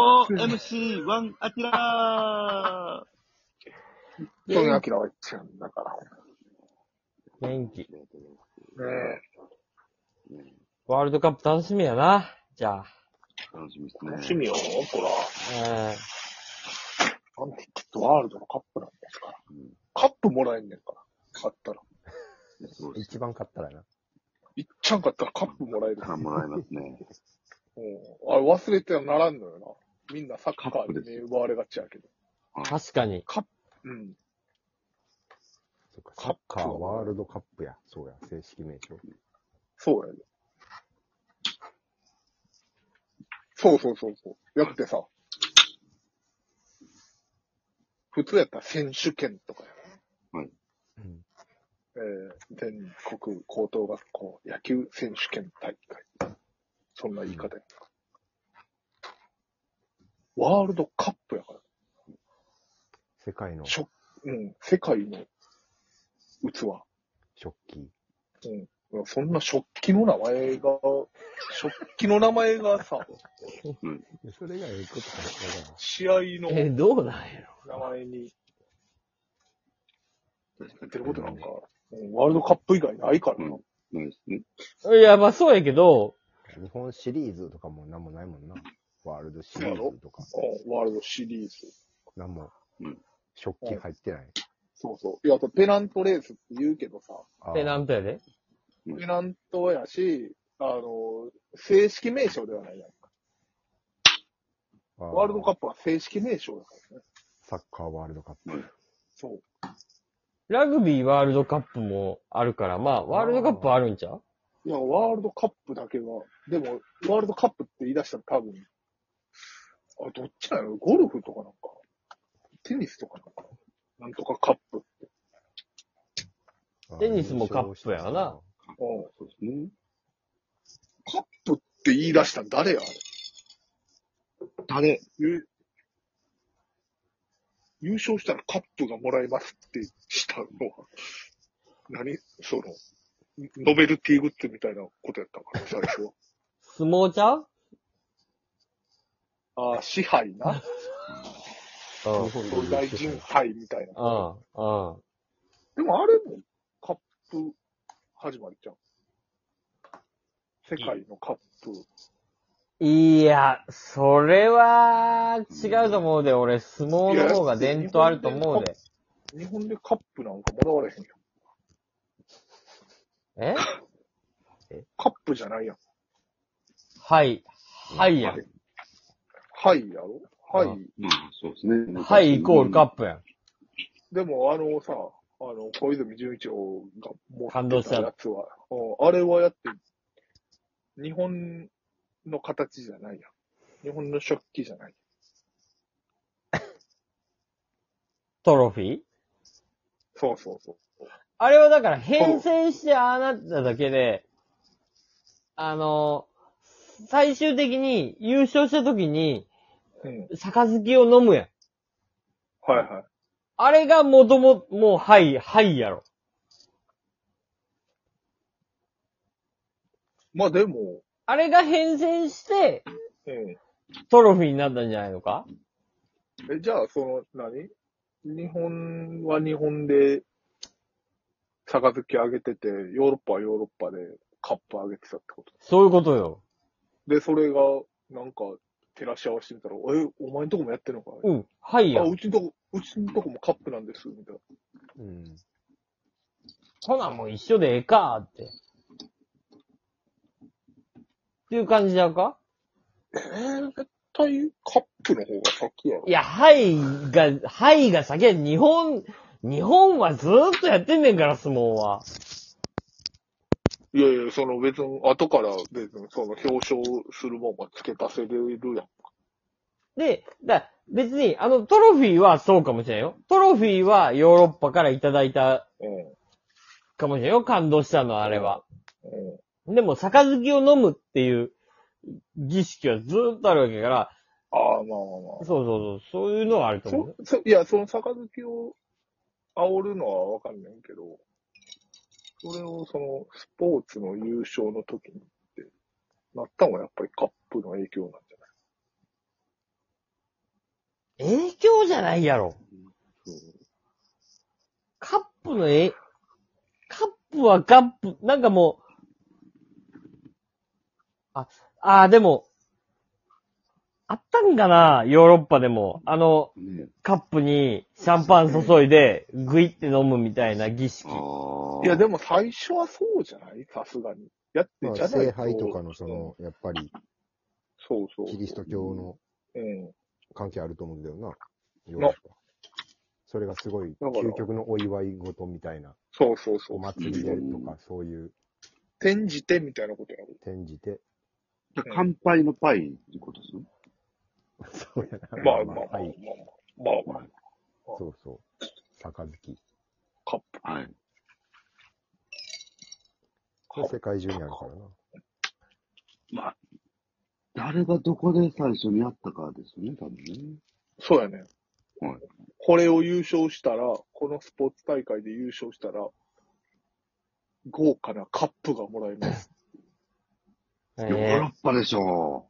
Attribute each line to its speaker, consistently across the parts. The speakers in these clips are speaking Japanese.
Speaker 1: 4MC1 アキラ
Speaker 2: ーそうね、アキラは言っちゃうんだから。
Speaker 3: 元気。
Speaker 2: ね
Speaker 1: うん
Speaker 3: ワールドカップ楽しみやな。じゃあ。
Speaker 1: 楽しみ
Speaker 2: え。
Speaker 1: で
Speaker 2: 楽
Speaker 1: す
Speaker 2: し
Speaker 1: ね。
Speaker 2: みよ、ほら。
Speaker 3: うん。
Speaker 2: なんて言ったワールドのカップなんですから。
Speaker 1: うん
Speaker 2: カップもらえんねんから。買ったら。
Speaker 1: そうです
Speaker 3: 一番勝ったらな。
Speaker 2: いっちゃんかったらカップもらえる。
Speaker 1: からもらえますね。
Speaker 2: うん。あれ忘れてはならんのよな。みんなサッカー
Speaker 1: カッ
Speaker 2: に
Speaker 1: プで
Speaker 2: ね、奪われがちやけど。
Speaker 3: 確かに。
Speaker 2: うん。
Speaker 4: そっか、サッカーワールドカップや。そうや、正式名称。
Speaker 2: そうやね。そうそうそうそう。やくてさ。普通やったら選手権とかや
Speaker 4: うん。
Speaker 2: えー全国高等学校野球選手権大会。そんな言い方や、ワールドカップやから。
Speaker 4: 世界の
Speaker 2: 食、うん、世界の器。
Speaker 4: 食器。
Speaker 2: うん、そんな食器の名前が、食器の名前がさ、
Speaker 4: それがええことかだか
Speaker 2: 試合の
Speaker 3: え、どうなんやろ。
Speaker 2: 名前に
Speaker 1: 確かに。
Speaker 2: 出ることなんか、うんワールドカップ以外ないからな。
Speaker 1: ないですね。
Speaker 3: いや、まあそうやけど、
Speaker 4: ら。日本シリーズとかもなんもないもんな。ワールドシリーズとか。
Speaker 2: うん、ワールドシリーズ。
Speaker 4: なんも
Speaker 1: うん。
Speaker 4: 食器入ってない。
Speaker 2: そうそう。いや、あとペナントレースって言うけどさ、
Speaker 4: あー
Speaker 3: ペナントやで。
Speaker 2: ペナントやし、あの、正式名称ではないやん。
Speaker 4: あー
Speaker 2: ワールドカップは正式名称だからね。
Speaker 4: サッカーワールドカップ。
Speaker 2: そう。
Speaker 3: ラグビーワールドカップもあるから、まあ、ワールドカップはあるんちゃう
Speaker 2: いや、ワールドカップだけは、でも、ワールドカップって言い出したら多分、あ、どっちなのゴルフとかなんか、テニスとかなんか、なんとかカップって。
Speaker 4: あー
Speaker 3: テニスもカップや
Speaker 2: う
Speaker 3: な。
Speaker 2: ん
Speaker 1: そうですね。
Speaker 2: カップって言い出したら誰やあれ
Speaker 1: 誰
Speaker 2: ゆ優勝したらカップがもらえますってしたのは、何その、ノベルティグッズみたいなことやったのから、最初は。
Speaker 3: 相撲ちゃう
Speaker 2: ああ、支配な。
Speaker 3: うん。う
Speaker 4: 日本で
Speaker 2: 総 大
Speaker 4: 優勝した
Speaker 2: 臣杯みたいな。
Speaker 3: ん。うん。
Speaker 2: でもあれもカップ始まりじゃん。世界のカップ。
Speaker 3: いや、それは、違うと思うで、俺、相撲の方が伝統あると思うで。
Speaker 2: 日本でカップなんかもらわれへんやん。
Speaker 3: え
Speaker 2: カップじゃないやん。
Speaker 3: はい。はいやん。
Speaker 2: はいやろはい。
Speaker 1: まあ、そうですね。
Speaker 3: はい、イコールカップやん。
Speaker 2: でもあのさ、あの、小泉純一郎が持
Speaker 3: 感
Speaker 2: っ
Speaker 3: 動
Speaker 2: て
Speaker 3: した
Speaker 2: たやつは、うんあれはやって、日本の形じゃないやん。日本の食器じゃない。
Speaker 3: トロフィー
Speaker 2: そうそうそう。
Speaker 3: あれはだから変遷してああなっただけで、あの、最終的に優勝した時に、
Speaker 2: うん。
Speaker 3: 杯を飲むやん。
Speaker 2: はいはい。
Speaker 3: あれがもとも、もう、はい、はいやろ。
Speaker 2: まあでも、
Speaker 3: あれが変遷して、
Speaker 2: うん。
Speaker 3: トロフィーになったんじゃないのか
Speaker 2: え、じゃあ、その、何日本は日本で、杯あげてて、ヨーロッパはヨーロッパでカップあげてたってこと。
Speaker 3: そういうことよ。
Speaker 2: で、それが、なんか、照らし合わせてみたら、え、お前んとこもやってんのか
Speaker 3: うん、はいや
Speaker 2: あ、。うちんとこ、うちんとこもカップなんです、みたいな。
Speaker 4: うん。
Speaker 3: ほな、もう一緒でええかーって。っていう感じちゃうか
Speaker 2: えー、絶対カップの方が先やろ
Speaker 3: い。や、はいが、はいが先や。日本、日本はずーっとやってんねんから、相撲は。
Speaker 2: いやいや、その別に、後から別に、その表彰するもんは付け足せれるやん。
Speaker 3: で、だ別に、あの、トロフィーはそうかもしれんよ。トロフィーはヨーロッパからいただいた
Speaker 2: うん。
Speaker 3: かもしれんよ。感動したのは、あれは。
Speaker 2: うん。
Speaker 3: でも、杯を飲むっていう儀式はずーっとあるわけやから、
Speaker 2: ああ、まあまあまあ。
Speaker 3: そうそうそう、そういうのはあると思うよ
Speaker 2: そ。そいや、その杯を煽るのはわかんないけど、それをそのスポーツの優勝の時にってなったのはやっぱりカップの影響なんじゃない
Speaker 3: 影響じゃないやろ。
Speaker 1: そう
Speaker 3: カップのえ、カップはカップ、なんかもう、あ、あーでも、あったんかなヨーロッパでも。あの、
Speaker 1: ね
Speaker 3: カップにシャンパン注いで、グイって飲むみたいな儀式。
Speaker 1: ああ。
Speaker 2: いや、で
Speaker 1: も、
Speaker 2: も最初はそうじゃないさすがに。やって
Speaker 4: まあ、
Speaker 2: じゃない
Speaker 4: 聖杯とかのその、やっぱり、
Speaker 2: そうそう。
Speaker 4: キリスト教の
Speaker 2: うん。
Speaker 4: 関係あると思うんだよな。ヨーロッパそれがすごい、
Speaker 2: だから
Speaker 4: 究極のお祝い事みたいな、
Speaker 2: そうそうそ
Speaker 4: お
Speaker 2: う。
Speaker 4: 祭りでとか、そういう
Speaker 2: 転じてみたいなことやる。
Speaker 4: 展示で。
Speaker 1: 乾杯のパイってことですね。
Speaker 4: そうやな。
Speaker 2: まあまあまあまあ
Speaker 4: はい。
Speaker 2: まあ、まあまあ、
Speaker 4: そうそう。杯。
Speaker 2: カップ。
Speaker 1: はい。
Speaker 2: カップ
Speaker 4: 世界中にあるからな。
Speaker 1: まあ、誰がどこで最初にやったかですよね、多分ね。
Speaker 2: そうやね。
Speaker 1: はい
Speaker 2: これを優勝したら、このスポーツ大会で優勝したら、豪華なカップがもらえます。
Speaker 3: え
Speaker 1: ヨーロ
Speaker 3: ー
Speaker 1: ッパでしょ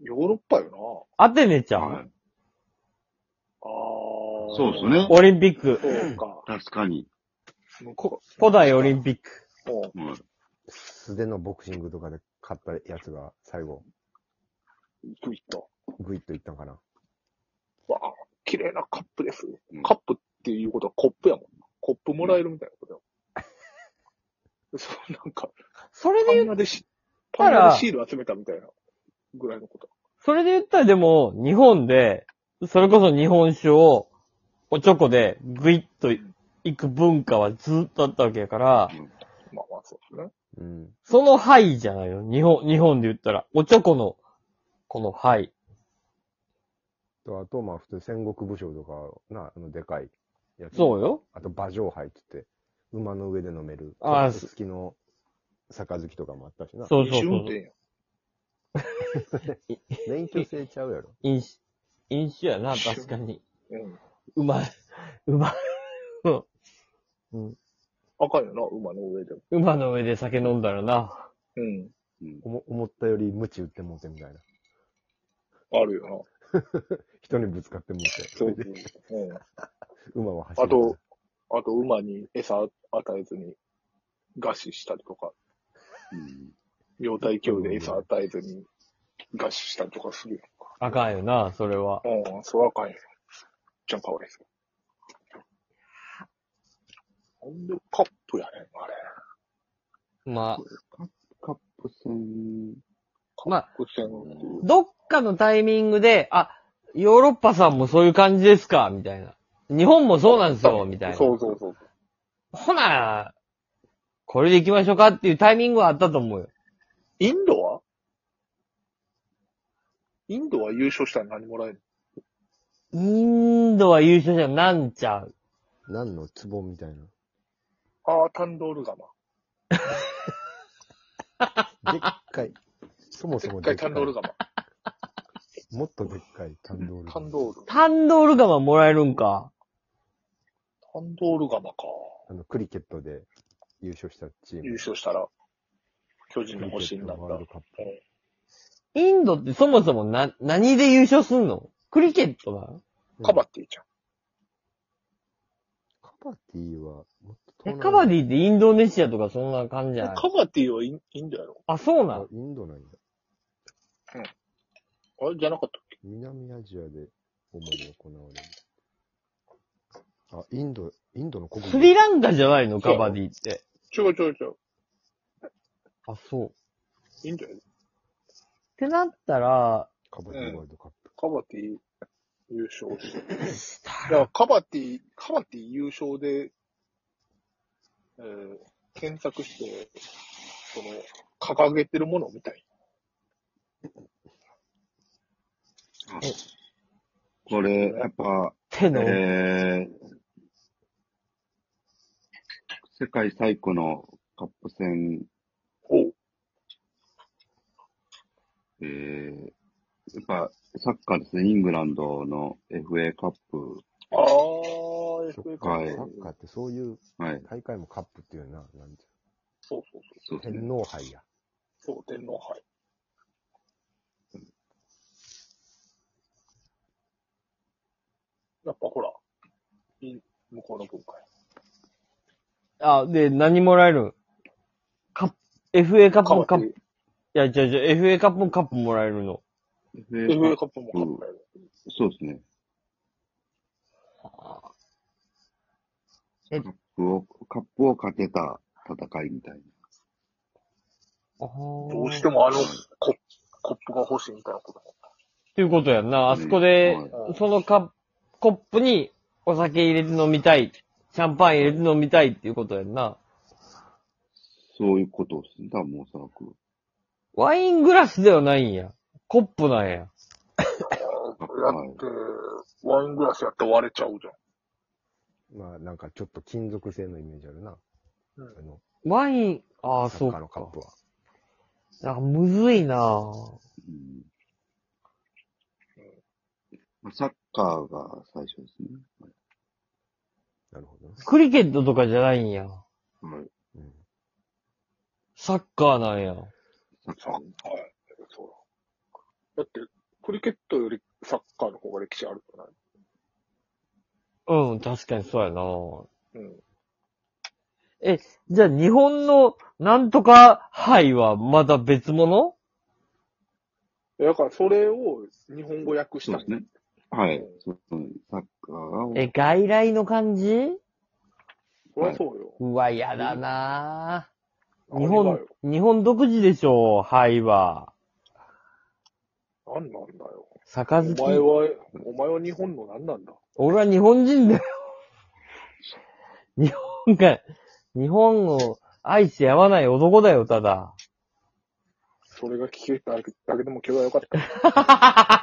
Speaker 2: ヨーロッパよ
Speaker 3: アテネち
Speaker 1: う。
Speaker 3: ゃん、
Speaker 1: はい。
Speaker 2: なああ。
Speaker 1: そうです。ね。
Speaker 3: オリンピック。
Speaker 2: そうか。
Speaker 1: 確かに。
Speaker 2: 向こ
Speaker 3: 古代オリンピック。
Speaker 2: ううん
Speaker 1: はい。
Speaker 4: 素手のボクシングとかで勝ったやつが最後、
Speaker 2: グイッと。
Speaker 4: グイッといったんかな。
Speaker 2: わあ、綺麗なカップです
Speaker 1: うん。
Speaker 2: カップっていうことはコップやもんな。コップもらえるみたいなことやもん。そう、なんか、
Speaker 3: それで
Speaker 2: パ
Speaker 3: 言
Speaker 2: ン
Speaker 3: う、
Speaker 2: ナでし、
Speaker 3: た
Speaker 2: パン
Speaker 3: ら
Speaker 2: ナでシール集めたみたいなぐらいのこと。
Speaker 3: それで言ったらでも、日本で、それこそ日本酒を、おちょこで、グイッと行く文化はずっとあったわけやから、
Speaker 2: まあまあ、そうですね。
Speaker 4: うん。
Speaker 3: その範囲じゃないよ。日本、日本で言ったら、おちょこの、この範囲。
Speaker 4: と、あと、まあ、普通戦国武将とか、な、あの、でかいやつ。
Speaker 3: そうよ。
Speaker 4: あと、馬上杯って言って、馬の上で飲める、
Speaker 3: ああ
Speaker 4: 好きの杯とかもあったしな。
Speaker 3: そうそう
Speaker 2: 二
Speaker 3: そう
Speaker 2: 運転。や。
Speaker 4: 免許制ちゃうやろ。
Speaker 3: 飲酒、飲酒やな、確かに。
Speaker 2: うん。
Speaker 3: うまい。うまい。
Speaker 2: 赤いよな、馬の上でも。
Speaker 3: 馬の上で酒飲んだらな。
Speaker 2: うん。
Speaker 1: うん
Speaker 4: おも思ったより無知打ってもうてみたいな。
Speaker 2: あるよ
Speaker 4: 人にぶつかってもうて。
Speaker 2: な。そうそう。うん。
Speaker 4: 馬は走
Speaker 2: あ
Speaker 4: る。
Speaker 2: と、あと馬に餌与えずに、餓死したりとか、
Speaker 1: うん
Speaker 2: 幼体教で餌与えずに、餓死したりとかするよ。
Speaker 3: あかんよな、それは。
Speaker 2: うん、そう赤い。じゃん、かわいいですよ。なんでカップやねん、あれ。
Speaker 3: ま
Speaker 1: これカップ、カップ戦。
Speaker 3: あ、まあ、
Speaker 2: 伏線っていう。
Speaker 3: どっかのタイミングで、あ、ヨーロッパさんもそういう感じですかみたいな。日本もそうなんですよ、みたいな。
Speaker 2: そうそうそう。
Speaker 3: ほな、これで行きましょうかっていうタイミングはあったと思うよ。
Speaker 2: インドはインドは優勝したら何もらえる
Speaker 3: インドは優勝者なんちゃう。
Speaker 4: 何の壺みたい
Speaker 2: ああ、タンドール釜。
Speaker 4: な。でっかい。そも
Speaker 2: で
Speaker 4: そも
Speaker 2: っかいタンドール釜。
Speaker 4: もっとでっかいタンドール。
Speaker 2: タンドール。
Speaker 3: タンドール釜もらえるんか。
Speaker 2: タンドール釜か。
Speaker 4: あの、クリケットで優勝したチーム。
Speaker 2: 優勝したら、巨人
Speaker 4: ク
Speaker 2: の
Speaker 4: リケ
Speaker 2: 星
Speaker 4: ッ
Speaker 2: に
Speaker 4: ト
Speaker 2: な
Speaker 4: の
Speaker 2: っ
Speaker 4: ワー
Speaker 2: た
Speaker 4: ルド。カップ。
Speaker 3: インドってそもそもな、何で優勝すんのクリケットだ
Speaker 2: カバティちゃん。
Speaker 4: カバティは、もっと
Speaker 3: え、カバデ
Speaker 4: ィ
Speaker 3: ィってインドネシアとかそんな感じじゃない
Speaker 2: カバティはインインドやろ
Speaker 3: あ、そうな
Speaker 4: あ
Speaker 3: ん、
Speaker 4: インドなんだ。
Speaker 2: あれじゃなかったっけ
Speaker 4: 南アジアで主に行われる。あ、インド、インドの国
Speaker 3: スリ
Speaker 4: ン
Speaker 3: ランカじゃないのカバディって。
Speaker 2: 違う違う違う。
Speaker 3: あ、そう。っ
Speaker 2: インドやで。
Speaker 3: てなったら、
Speaker 4: カバディワールドカップ。
Speaker 2: カバティ優勝して。
Speaker 3: した
Speaker 2: だからカバティ、カバティ優勝で、えー、検索して、その、掲げてるものを見たい。
Speaker 1: これ、やっぱ、
Speaker 3: 手の、
Speaker 1: えー、世界最古のカップ戦、
Speaker 2: おう
Speaker 1: えー、やっぱ、サッカーですね、イングランドの FA カップ。
Speaker 2: あー、
Speaker 4: そ
Speaker 2: FA カ
Speaker 4: っか、
Speaker 1: はい
Speaker 2: ップ。
Speaker 4: サッカーってそういう
Speaker 1: はい、
Speaker 4: 大会もカップっていうな、なんて
Speaker 2: そうそう
Speaker 1: そうです
Speaker 4: 天
Speaker 1: ね。
Speaker 4: 皇杯や。
Speaker 2: そう。そう、天皇杯。やっぱほら、い向こうの文化や。
Speaker 3: あ、で、何もらえるカップ、FA カップもカップ、い
Speaker 2: プ。
Speaker 3: や、違う違う、FA カップもカップもらえるの。
Speaker 2: FA カップもカップやる。
Speaker 1: そうですね。カ
Speaker 3: え
Speaker 1: ップを、カップをかけた戦いみたいな。
Speaker 2: ど
Speaker 3: ど
Speaker 2: うしてもあのココップが欲しいみたいなことも。
Speaker 3: っていうことやんな。あそこで、
Speaker 1: はい
Speaker 2: うん
Speaker 3: そのカップコップにお酒入れて飲みたい。シャンパン入れて飲みたいっていうことやんな。
Speaker 1: そういうことをするんだ、多分おそらく。
Speaker 3: ワイングラスではないんや。コップなんや。
Speaker 2: だって、ワイングラスやったら割れちゃうじゃん。
Speaker 4: まあ、なんかちょっと金属製のイメージあるな。
Speaker 2: うん
Speaker 4: あの、
Speaker 3: ワイン、ああ、
Speaker 4: サッ
Speaker 3: そう
Speaker 4: カーの
Speaker 3: か。
Speaker 4: カップは。
Speaker 3: なんかむずいなぁ
Speaker 1: うんまあサッカーが最初ですね。
Speaker 4: なるほどね。
Speaker 3: クリケットとかじゃないんや。
Speaker 1: はい。
Speaker 4: うん。
Speaker 3: サッカーなんや。
Speaker 1: サッ
Speaker 2: サ
Speaker 1: カ
Speaker 2: ッ
Speaker 1: ー
Speaker 2: カ。ー。はい。そうだ。だって、クリケットよりサッカーの方が歴史あるじゃない
Speaker 3: うん、確かにそうやなぁ
Speaker 2: うん。
Speaker 3: じゃあ日本のなんとか杯はまだ別物
Speaker 2: だからそれを日本語訳した
Speaker 1: そう
Speaker 2: んや
Speaker 1: ですね。はい。そうサッカーを。
Speaker 3: え、外来の感じ
Speaker 2: そりゃそうよ。
Speaker 3: うわ、やだなぁ日
Speaker 2: 何が
Speaker 3: 本
Speaker 2: よ、
Speaker 3: 日本独自でしょう、杯は。
Speaker 2: 何なんだよ。お
Speaker 3: 杯。
Speaker 2: 前は、お前は日本の何なんだ
Speaker 3: 俺は日本人だよ。日本が、日本を愛してやまない男だよ、ただ。
Speaker 2: それが聞けただけでも今日はよかった。